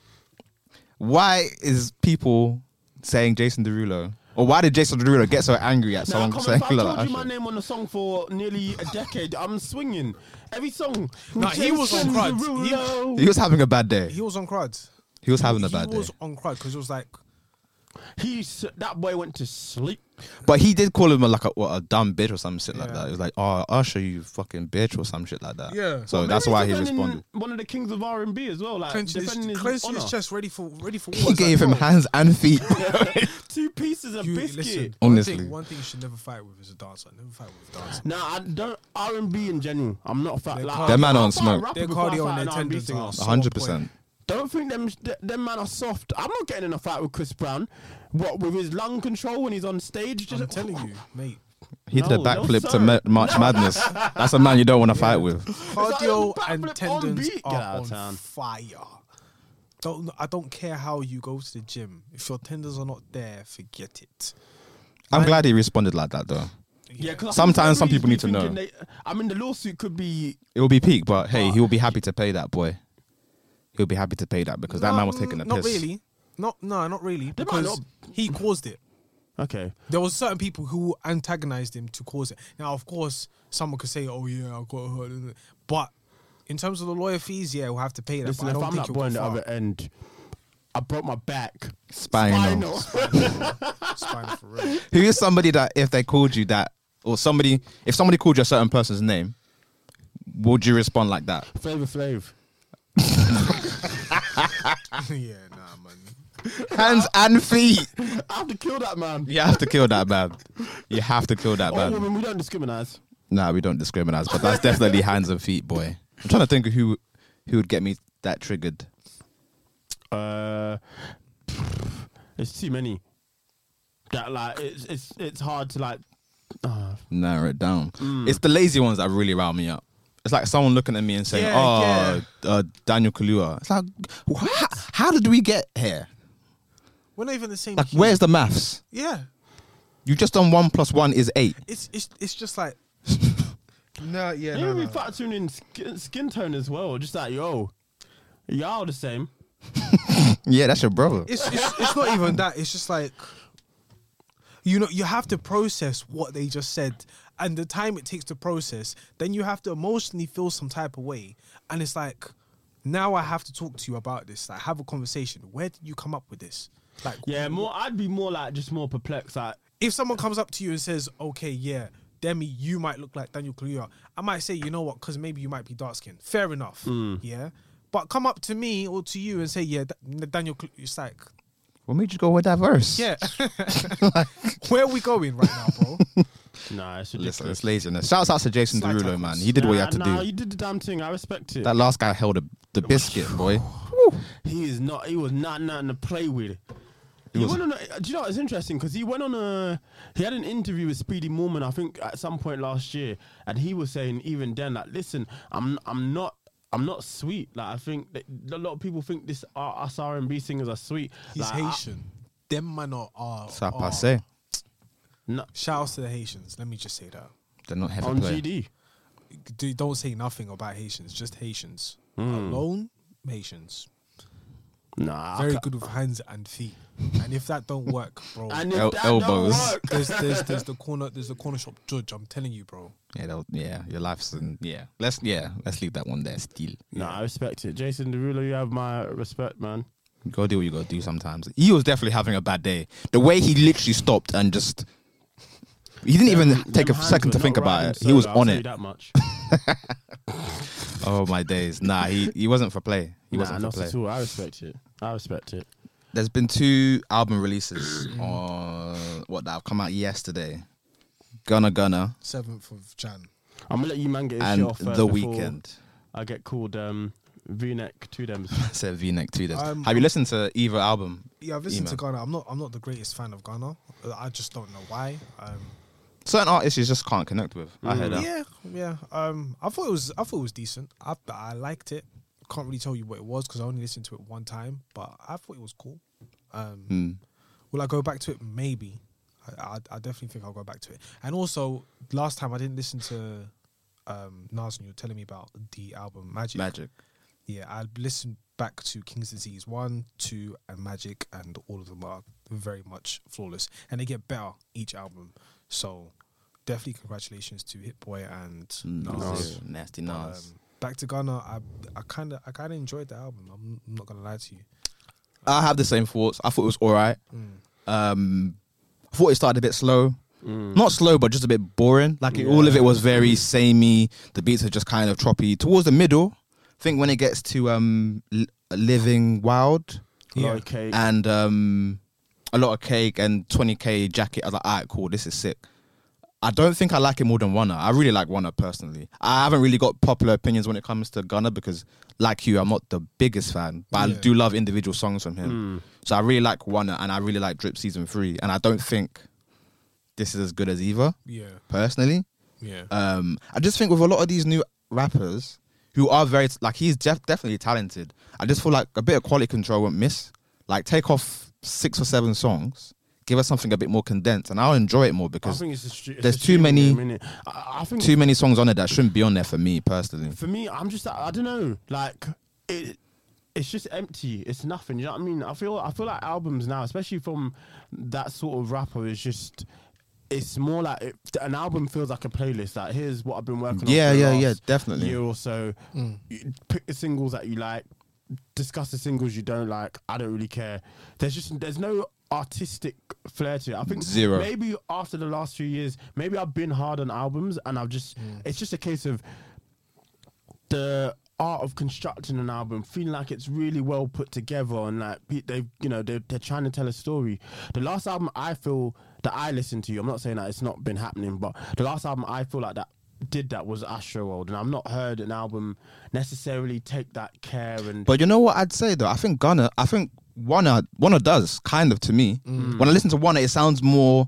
Why is people saying Jason Derulo, or why did Jason Derulo get so angry at Now, someone come saying if I "Look, told that you my shit"? name on the song for nearly a decade. I'm swinging every song. Nah, he was on Jason crud. He- Derulo. He was having a bad day. He was on crud. He was having a bad He day. was on crud because it was like Uh, He s- that boy went to sleep. But he did call him a, like a, what, a dumb bitch or some shit like Yeah. that. He was like, "Oh, Usher, you fucking bitch" or some shit like that. Yeah. So Well, that's Maybe why he's he defending responded. One of the kings of R and B as well. Like clenching his, defending his, clenching his honor. chest, ready for ready for. war. He It's like, gave him bro, hands and feet. Two pieces of You, biscuit. listen, One Honestly. thing, one thing you should never fight with is a dancer. Never fight with a dancer. Nah, I don't R and B in general. I'm not a fat. Their Like, cardio- Their man I'm on not a smoke. rapper Their before I cardio fight and an R&B attendance singer. are so on hundred point. percent. Don't think them th- them man are soft. I'm not getting in a fight with Chris Brown. What with his lung control when he's on stage? Just I'm telling you, mate. He did a No, no, backflip to sir. Ma- March No. Madness. That's a man you don't want to fight with. Cardio It's like a and backflip on tendons beat. Get out are of on town. fire. Don't I don't care how you go to the gym. If your tendons are not there, forget it. I'm glad he responded like that though. Yeah, 'cause I think Sometimes some everybody's people need to thinking know. they- I mean, the lawsuit could be. It will be peak, but hey, he will be happy to pay that boy. He'll be happy to pay that because that No, man was taking a not piss. really. Not no, not really. They might Because he caused it. Okay. There was certain people who antagonized him to cause it. Now, of course, someone could say, "Oh yeah, I got hurt," isn't it? but in terms of the lawyer fees, yeah, we'll have to pay that. Listen, but I if don't I'm think that boy it'll on go the far. other end, I broke my back. Spinal. It's fine for real. Who is somebody that if they called you that, or somebody if somebody called you a certain person's name, would you respond like that? Flavor Flav. yeah, nah, man. Hands and feet. I have to kill that man. You have to kill that man. You have to kill that All man. women, we don't discriminate. Nah, we don't discriminate, but that's definitely hands and feet, boy. I'm trying to think of who who would get me that triggered. Uh, it's too many. That like it's it's it's hard to like. Uh, Narrow it down. It's the lazy ones that really rile me up. It's like someone looking at me and saying, Yeah, "Oh, Uh, Daniel Kaluuya." It's like, how, how did we get here? We're not even the same. Like, key. where's the maths? Yeah, You just done one plus one is eight. it's it's it's just like. no, yeah, yeah, we factoring in skin, skin tone as well. Just like yo, y'all the same. Yeah, that's your brother. It's, it's it's not even that. It's just like, you know, you have to process what they just said and the time it takes to process. Then you have to emotionally feel some type of way, and it's like, now I have to talk to you about this. Like, have a conversation. Where did you come up with this? Like, Yeah, more. I'd be more like just more perplexed. Like if someone comes up to you and says, "Okay, yeah, Demi, you might look like Daniel Kaluuya," I might say, "You know what? Because maybe you might be dark skinned. Fair enough. Mm. Yeah." But come up to me or to you and say, "Yeah, Da- Daniel," Kalu-" it's like, What made you go with that verse? yeah. Where are we going right now, bro? nah, it's Listen, ridiculous. it's laziness. Shouts out to Jason Slight Derulo, tackles. man. He did what he Nah, had to nah, do. you did the damn thing. I respect it. That last guy held a, the biscuit, boy. He is not. He was not nothing to play with. He was- went on a, uh, do you know it's interesting? Because he went on a he had an interview with Speedy Mormon, I think at some point last year, and he was saying even then, like, listen, I'm I'm not I'm not sweet. Like I think that a lot of people think this uh, us R and B singers are sweet. He's Like, I- Haitian. Them man are. are, Ça are. passe. no, Shout outs to the Haitians. Let me just say that. They're not heavy on play. GD. Do, don't say nothing about Haitians. Just Haitians alone. Haitians Nah. Mm. I very ca- good with hands and feet. And if that don't work, bro, And if El- that elbows. elbows. Don't work, there's, there's there's the corner there's the corner shop judge. I'm telling you, bro. Yeah, they'll- yeah, your life's in. Yeah, let's yeah, let's leave that one there. Still, nah, I respect it. Jason Derulo, you have my respect, man. you gotta do what you gotta do sometimes. He was definitely having a bad day. The way he literally stopped and just, he didn't even take Them a hands second were to not think about riding it. He solo, was I'll on tell you it. That much. Oh my days! Nah, he he wasn't for play. He nah, wasn't for not play. at all. I respect it. I respect it. there's been two album releases on what that have come out yesterday. Gunna Gunna Seventh of Jan. I'm gonna let you man get his shit and off first The before Weekend. I get called um, V-neck two dems. I said V neck two days. Um, Have you listened to either album? Yeah, I've listened to Email. Ghana. I'm not. I'm not the greatest fan of Ghana. Uh, I just don't know why. Um, Certain artists you just can't connect with. I heard that. yeah, yeah. Um, I thought it was. I thought it was decent. I I liked it. Can't really tell you what it was because I only listened to it one time, but I thought it was cool. Um, Hmm. Will I go back to it? Maybe. I, I, I definitely think I'll go back to it. And also, last time I didn't listen to um, Nas, and you were telling me about the album Magic. Magic. Yeah, I listened back to King's Disease 1, 2, and Magic, and all of them are very much flawless. And they get better each album. So definitely congratulations to Hit Boy and Mm, Nas. Nas. Hmm. Nasty Nas. Um, back to Ghana, I I kind of I kind of enjoyed the album. I'm not gonna lie to you. I have the same thoughts. I thought it was all right. Um, I thought it started a bit slow. Not slow, but just a bit boring. Like it, all of it was very samey. The beats are just kind of choppy. Towards the middle, I think when it gets to um, L- Living Wild Yeah. Okay. and um, a lot of cake and 20k jacket, I was like, all right, cool, this is sick. I don't think I like it more than Wanna. I really like Wanna personally. I haven't really got popular opinions when it comes to Gunna because, like you, I'm not the biggest fan, but Yeah. I do love individual songs from Hmm. him. So I really like Wanna and I really like Drip Season 3. And I don't think this is as good as either, Yeah, personally. yeah, Uh, Um, I just think with a lot of these new rappers who are very like he's def- definitely talented. I just feel like a bit of quality control won't miss. Like take off six or seven songs, give us something a bit more condensed, and I'll enjoy it more I because think it's a str- it's there's a too many- streaming game, innit? I, I think too many songs on it that shouldn't be on there for me personally. for me, I'm just I don't know. Like it, it's just empty. It's nothing. You know what I mean? I feel I feel like albums now, especially from that sort of rapper, is just. It's more like it, an album feels like a playlist. Like here's what I've been working Yeah, on. for the yeah, yeah, last definitely. Year or so. You Pick the singles that you like. Discuss the singles you don't like. I don't really care. There's just there's no artistic flair to it. I think Zero. maybe maybe after the last few years, maybe I've been hard on albums and I've just it's just a case of the art of constructing an album, feeling like it's really well put together and like pe- they you know they they're trying to tell a story. The last album I feel that I listened to, I'm not saying that it's not been happening, but the last album I feel like that did that was Astroworld, and I've not heard an album necessarily take that care and But you know what I'd say though? I think Gunna, I think Wanna Wanna does kind of to me. Mm. When I listen to Wanna, it sounds more.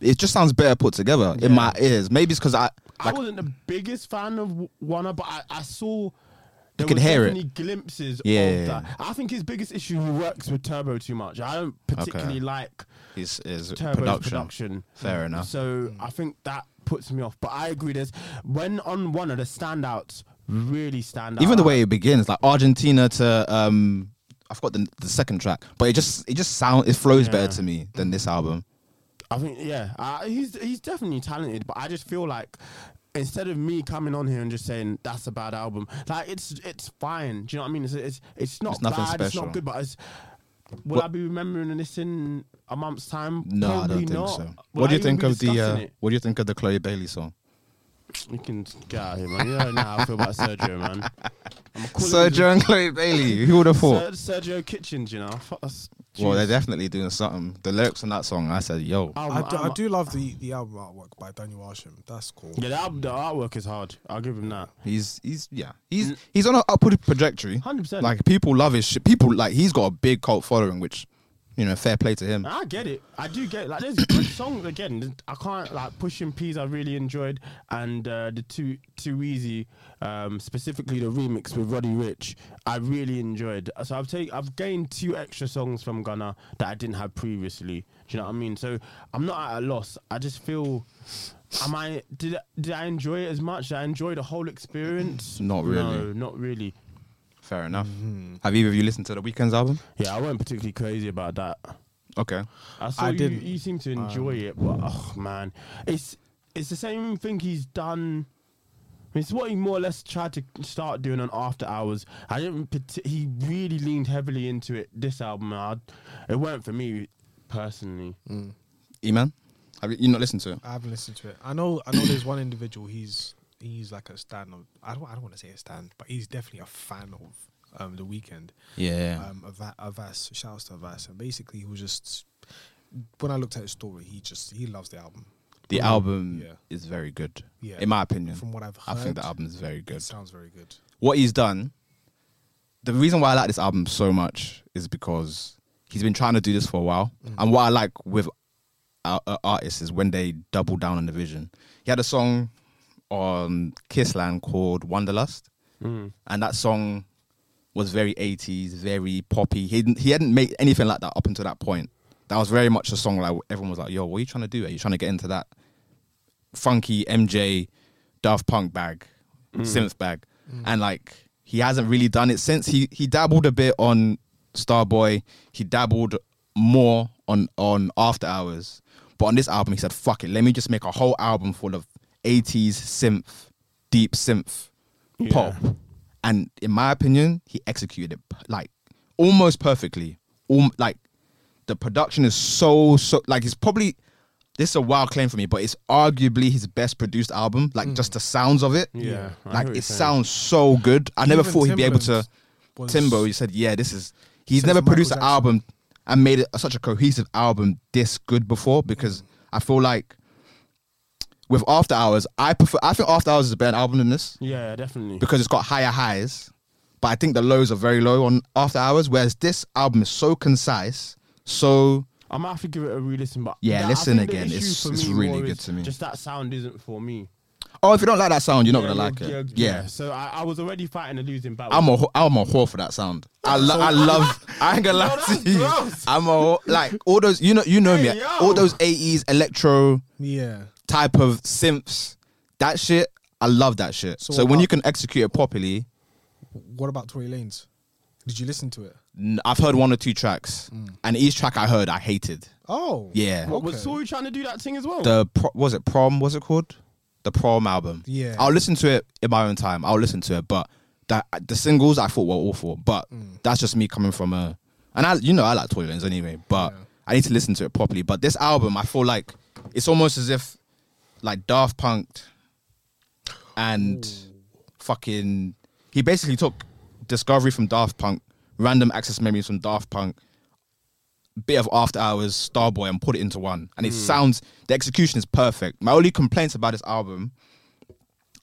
It just sounds better put together in my ears. Maybe it's because I I wasn't the biggest fan of W- Wana, but I, I saw there could were hear it. definitely glimpses Yeah. of that. I think his biggest issue he works with Turbo too much. I don't particularly like his, his Turbo's production. production. Mm. Hmm. Fair enough. So I think that puts me off. But I agree. There's when on one of the standouts really stand out. even the way it begins, like Argentina to um, I forgot the, the second track, but it just it just sound it flows better to me than this album. I think yeah, uh, he's he's definitely talented, but I just feel like instead of me coming on here and just saying that's a bad album, like it's it's fine. Do you know what I mean? It's it's it's not It's nothing bad. It's special. not good, but it's. Will I be remembering this in a month's time? No, Probably I don't not. think so. Will What I do you even think be of the discussing uh, it? What do you think of the Chloe Bailey song? You can get out of here, man. You don't know how I feel about Sergio, man. I'm Sergio and Chloe Bailey. Who would have thought? Sergio Kitchens, you know. Fuck us. Well, they're Jeez. definitely doing something. The lyrics in that song, I said, yo. I'm- I, do, I I'm- do love the the album artwork by Daniel Arsham. That's cool. Yeah, the, album- the artwork is hard. I'll give him that. He's he's yeah he's he's on an upward trajectory. 100%. Like people love his shit. People like he's got a big cult following, which you know, fair play to him. Ah. I get it. I do get it. Like there's good songs again. I can't like pushing peas. I really enjoyed and uh, the two too easy, um, specifically the remix with Roddy Rich. I really enjoyed. So I've taken I've gained two extra songs from Ghana that I didn't have previously. Do you know what I mean? So I'm not at a loss. I just feel. Am I did I- did I enjoy it as much? Did I enjoy the whole experience? Not really. No, not really. Fair enough. Mm-hmm. Have either of you listened to the Weekend's album? Yeah, I wasn't particularly crazy about that. Okay. I saw I you, didn't. you seem Um, to enjoy it, but oh man, it's it's the same thing he's done. It's what he more or less tried to start doing on After Hours. I didn't. parti- He really leaned heavily into it. This album, I, it weren't for me personally. Mm. Eman, have you, you not listened to it? I haven't listened to it. I know I know there's one individual he's he's like a stan of I don't I don't want to say a stan, but he's definitely a fan of um, the weekend. Yeah. Um, Ava- Avas, shouts to Avas, and basically he was just. When I looked at his story, he just he loves the album. the album Yeah. is very good. Yeah. In my opinion. From what I've I think the heard, album is very It good. sounds very good. What he's done, the reason why I like this album so much is because he's been trying to do this for a while. And what I like with our, uh, artists is when they double down on the vision. He had a song on Kissland called Wonderlust. And that song was very 80s, very poppy. He didn't, he hadn't made anything like that up until that point. That was very much a song like everyone was like, yo, what are you trying to do? Are you trying to get into that funky MJ Daft Punk bag, synth bag? And like, he hasn't really done it since. He he dabbled a bit on Starboy, he dabbled more on, on After Hours. But on this album, he said, fuck it, let me just make a whole album full of 80s synth, deep synth pop. And in my opinion, he executed it p- like almost perfectly. Alm like the production is so so like it's probably this is a wild claim for me, but it's arguably his best produced album. Like just the sounds of it. Hmm. Yeah, I Like hear what it you're saying. sounds so good. I never Even thought he'd be able to Timbaland was- Timbo, he said, Yeah, this is he's Since never Michael produced an Jackson. album and made it such a cohesive album this good before because Hmm. I feel like with After Hours, I prefer I think After Hours is a better album than this Yeah, definitely. because it's got higher highs, but I think the lows are very low on After Hours. Whereas this album is so concise, so I might have to give it a re-listen, but Yeah, that- I listen think the again. issue It's- for it's me really more good is to me. Just that sound isn't for me. oh, if you don't like that sound, you're not gonna like yeah, it. Yeah. Yeah, So I, I was already fighting a losing battle. I'm a wh- I'm a whore for that sound. I lo- I love. I ain't gonna lie that's to you. gross. I'm a whore, like all those. You know you know Hey, me. yo. All those 80s electro Yeah. type of synths. That shit. I love that shit. So, So when about- you can execute it properly, What about Tory Lanez? Did you listen to it? n- I've heard one or two tracks, Mm. and each track I heard I hated. Oh. Yeah. What, was okay. Tory trying to do that thing as well? the pro- was it prom was it called the prom album Yeah. i'll listen to it in my own time i'll listen to it but that the singles i thought were awful but that's just me coming from a and i you know i like toy lens anyway but i need to listen to it properly but this album i feel like it's almost as if like daft punked and fucking he basically took discovery from daft punk random access memories from daft punk bit of After Hours, Starboy, and put it into one. And it sounds the execution is perfect. My only complaints about this album,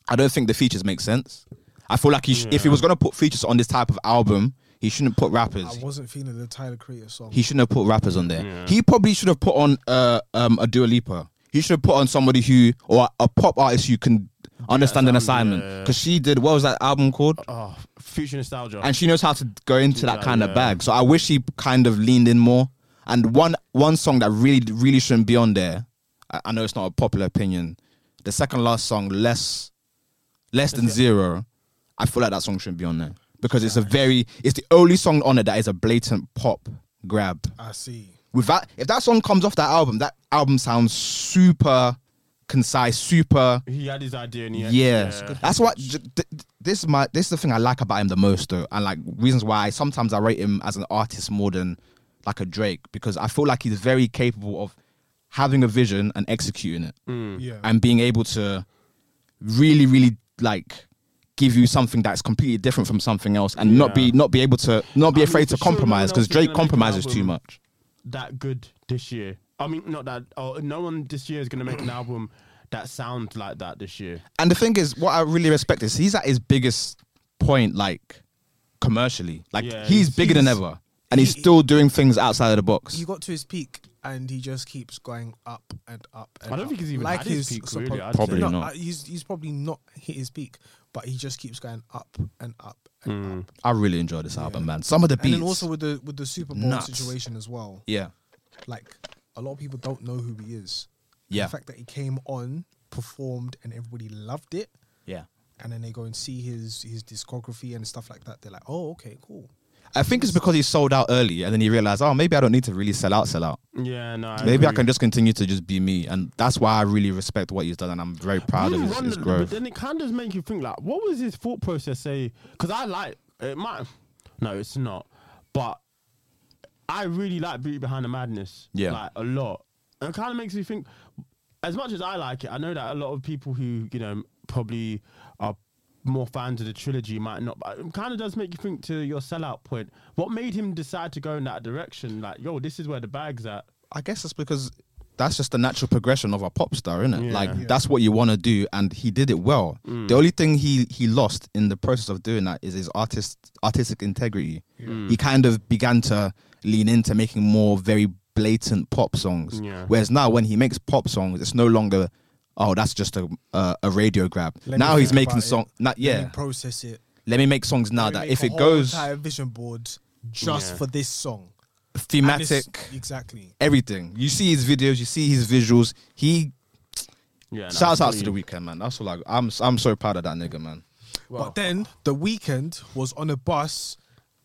I don't think the features make sense. I feel like he sh- if he was gonna put features on this type of album, he shouldn't put I rappers. wasn't feeling the Tyler Creator song. He shouldn't have put rappers on there. He probably should have put on uh, um, a Dua Lipa. He should have put on somebody who or a pop artist who can understand an assignment. Because she did what was that album called? oh, future nostalgia. and she knows how to go into that Yeah, kind yeah. of bag. So I wish she kind of leaned in more. And one one song that really really shouldn't be on there. I, I know it's not a popular opinion. The second last song, less less than zero. I feel like that song shouldn't be on there because it's a very it's the only song on it that is a blatant pop grab. I see. With that, if that song comes off that album, that album sounds super concise, super he had his idea and he had, uh, yeah, that's what j- th- th- this is my this is the thing I like about him the most though, and like reasons why sometimes I rate him as an artist more than like a Drake because I feel like he's very capable of having a vision and executing it Yeah. and being able to really really like give you something that's completely different from something else and not be not be able to not be I mean, afraid to for sure no one compromise else because is Drake gonna make an compromises too album. much. that good this year. I mean, not that. Oh, no one this year is gonna make an album that sounds like that this year. And the thing is, what I really respect is he's at his biggest point, like commercially. Like Yeah, he's he's- bigger than he's- ever, and he's still doing things outside of the box. He got to his peak and he just keeps going up and up. And I don't up. think he's even like had his peak, suppo- really, I'd Probably No, say. not. uh, He's he's probably not hit his peak, but he just keeps going up and up and up. I really enjoy this album, man. Some of the And beats, then also with the with the Super Bowl Nuts. situation as well. yeah, Like a lot of people don't know who he is. Yeah. The fact that he came on, performed, and everybody loved it, yeah. and then they go and see his his discography and stuff like that. They're like, oh, okay, cool. I think it's because he sold out early, and then he realized, oh, maybe I don't need to really sell out, sell out. Yeah, no. I Maybe I agree. can just continue to just be me, and that's why I really respect what he's done, and I'm very proud of Didn't his, run his the- growth. But then it kind of makes you think like, what was his thought process? Say, because I like it might. No, it's not. But I really like Beauty Behind the Madness. Yeah. like a lot. And it kind of makes me think. As much as I like it, I know that a lot of people who you know probably are more fans of the trilogy might not. But it kind of does make you think to your sellout point. What made him decide to go in that direction? Like, yo, this is where the bag's at. I guess it's because that's just the natural progression of a pop star, isn't it? Yeah. Mm. Like Yeah. that's what you want to do, and he did it well. The only thing he he lost in the process of doing that is his artist artistic integrity. He kind of began to lean into making more very blatant pop songs. Yeah. Whereas now, when he makes pop songs, it's no longer oh that's just a uh, a radio grab. Let me now he's think about making it. songs. Not yeah. Let me process it. let me make songs now Let me that make if a it whole goes entire vision board just Yeah. for this song. And this- thematic, exactly. everything. You see his videos, you see his visuals. He Yeah, nah, Shouts out to brilliant. the weekend, man. That's all I. I'm I'm so proud of that nigga, man. Wow. But then the weekend was on a bus.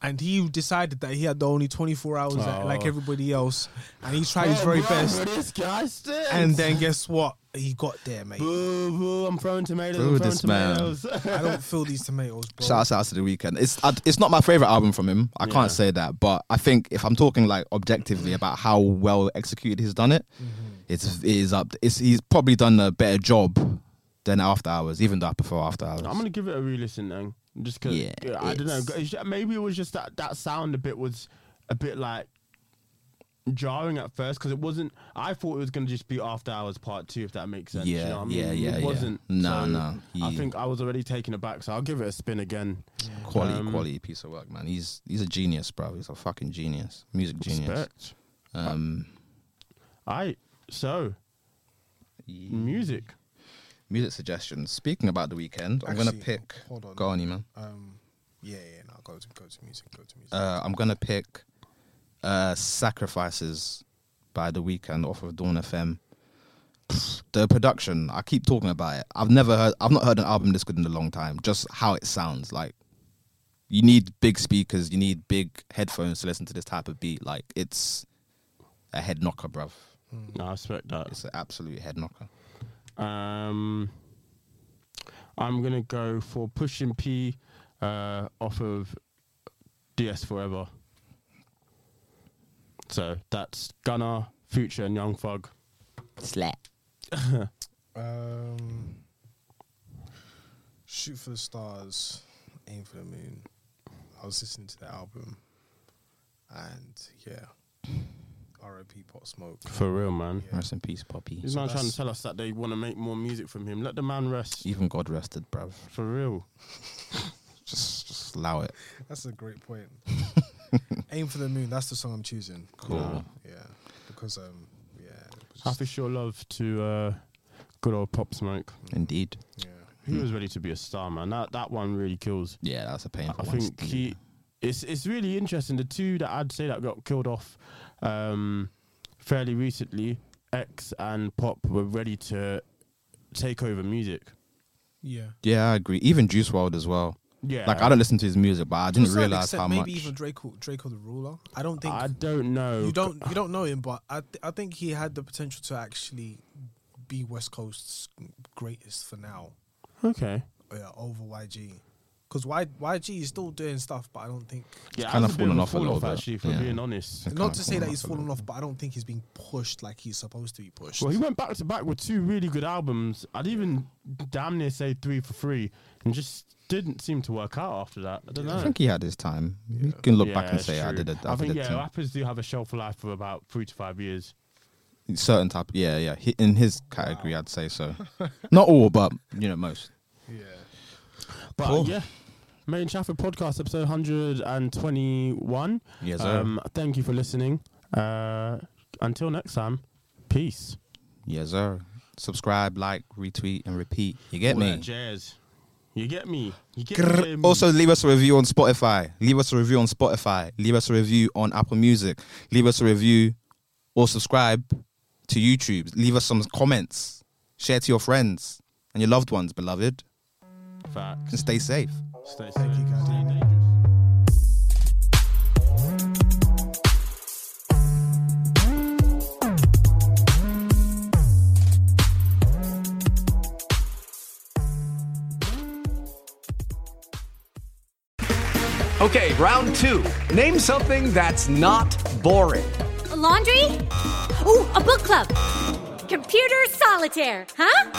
And he decided that he had the only 24 hours like- like everybody else. And he tried his Oh, very bro, best. This guy stinks. And then guess what? He got there, mate. Boo, boo, I'm throwing tomatoes. Boo, I'm throwing this man. tomatoes. I don't feel these tomatoes, bro. Shouts out to the weekend. It's I, it's not my favorite album from him. I Yeah. can't say that, but I think if I'm talking like objectively about how well executed he's done it, Mm-hmm. it's it is up. It's he's probably done a better job than After Hours, even though I prefer After Hours. I'm gonna give it a re-listen then, just because Yeah, I don't know. it's- It's ju- Maybe it was just that that sound a bit was a bit like jarring at first because it wasn't. I thought it was gonna just be After Hours Part Two, if that makes sense. Yeah, you know what I mean? yeah, yeah, It yeah. wasn't. Nah, so nah, I he- think I was already taken aback, so I'll give it a spin again. quality, Um, quality piece of work, man. He's he's a genius, bro. He's a fucking genius, music genius. Respect. Um, I so music. music suggestions. Speaking about the weekend, I'm gonna Actually, pick. hold on. Go on, you man. Um, yeah, yeah, no, go to go to music, go to music. uh, I'm gonna pick uh, "Sacrifices" by The Weeknd off of Dawn FM. The production, I keep talking about it. I've never heard, I've not heard an album this good in a long time. Just how it sounds like. You need big speakers, you need big headphones to listen to this type of beat. Like it's a head knocker, bruv. No, I respect that. It's an absolute head knocker. Um, I'm gonna go for pushing P uh, off of DS Forever. So that's Gunner, Future, and Young Thug. Slap. Um, shoot for the stars, aim for the moon. I was listening to the album, and yeah, R.I.P. Pot Smoke. For real, man. Yeah. Rest in peace, Poppy. This man trying that's- to tell us that they want to make more music from him. Let the man rest. Even God rested, bruv. For real. Just, just allow it. That's a great point. aim for the moon. That's the song I'm choosing. Cool. Yeah, because um, yeah, it was Half just, is your love to uh, good old Pop Smoke. Indeed. yeah. He was ready to be a star, man. That that one really kills. Yeah, that's a I painful one. think he, it's it's really interesting. The two that I'd say that got killed off um, fairly recently, X and Pop, were ready to take over music. Yeah. Yeah, I agree. Even Juice World as well. Yeah, Like I don't listen to his music, but I To a didn't certain realize extent, how maybe much. even Draco, Draco the Ruler. I don't think I don't know. You don't you don't know him, but I th- I think he had the potential to actually be West Coast's greatest for now. Okay. Yeah, over YG, because y, YG is still doing stuff, but I don't think Yeah, kinda that's a bit fallen a off a fall little bit. Actually, if we're Yeah. being honest. It's not kinda to say fallen that off he's a fallen little off, but I don't think he's being pushed like he's supposed to be pushed. Well, he went back to back with two really good albums. I'd even damn near say three for three, and just didn't seem to work out after that. I don't know. I think he had his time. You can look back Yeah, and it's say I true. did it. I, I think did yeah, it. rappers do have a shelf life of about three to five years. Certain type. Yeah, yeah. He, in his category, I'd say so. not all, but you know most. yeah, But Cool. yeah, Main Chafford podcast episode 121. Yes, sir. um, thank you for listening. Uh, until next time, peace. Yeah, sir. Subscribe, like, retweet, and repeat. You get All me. that jazz. You get me. You get Grr. me. Also, leave us a review on Spotify. Leave us a review on Spotify. Leave us a review on Apple Music. Leave us a review or subscribe to YouTube. Leave us some comments. Share to your friends and your loved ones, beloved. facts. And stay safe. Stay safe. Thank you, guys. Stay dangerous. Okay, round two. Name something that's not boring. A laundry? Ooh, a book club. Computer solitaire, huh?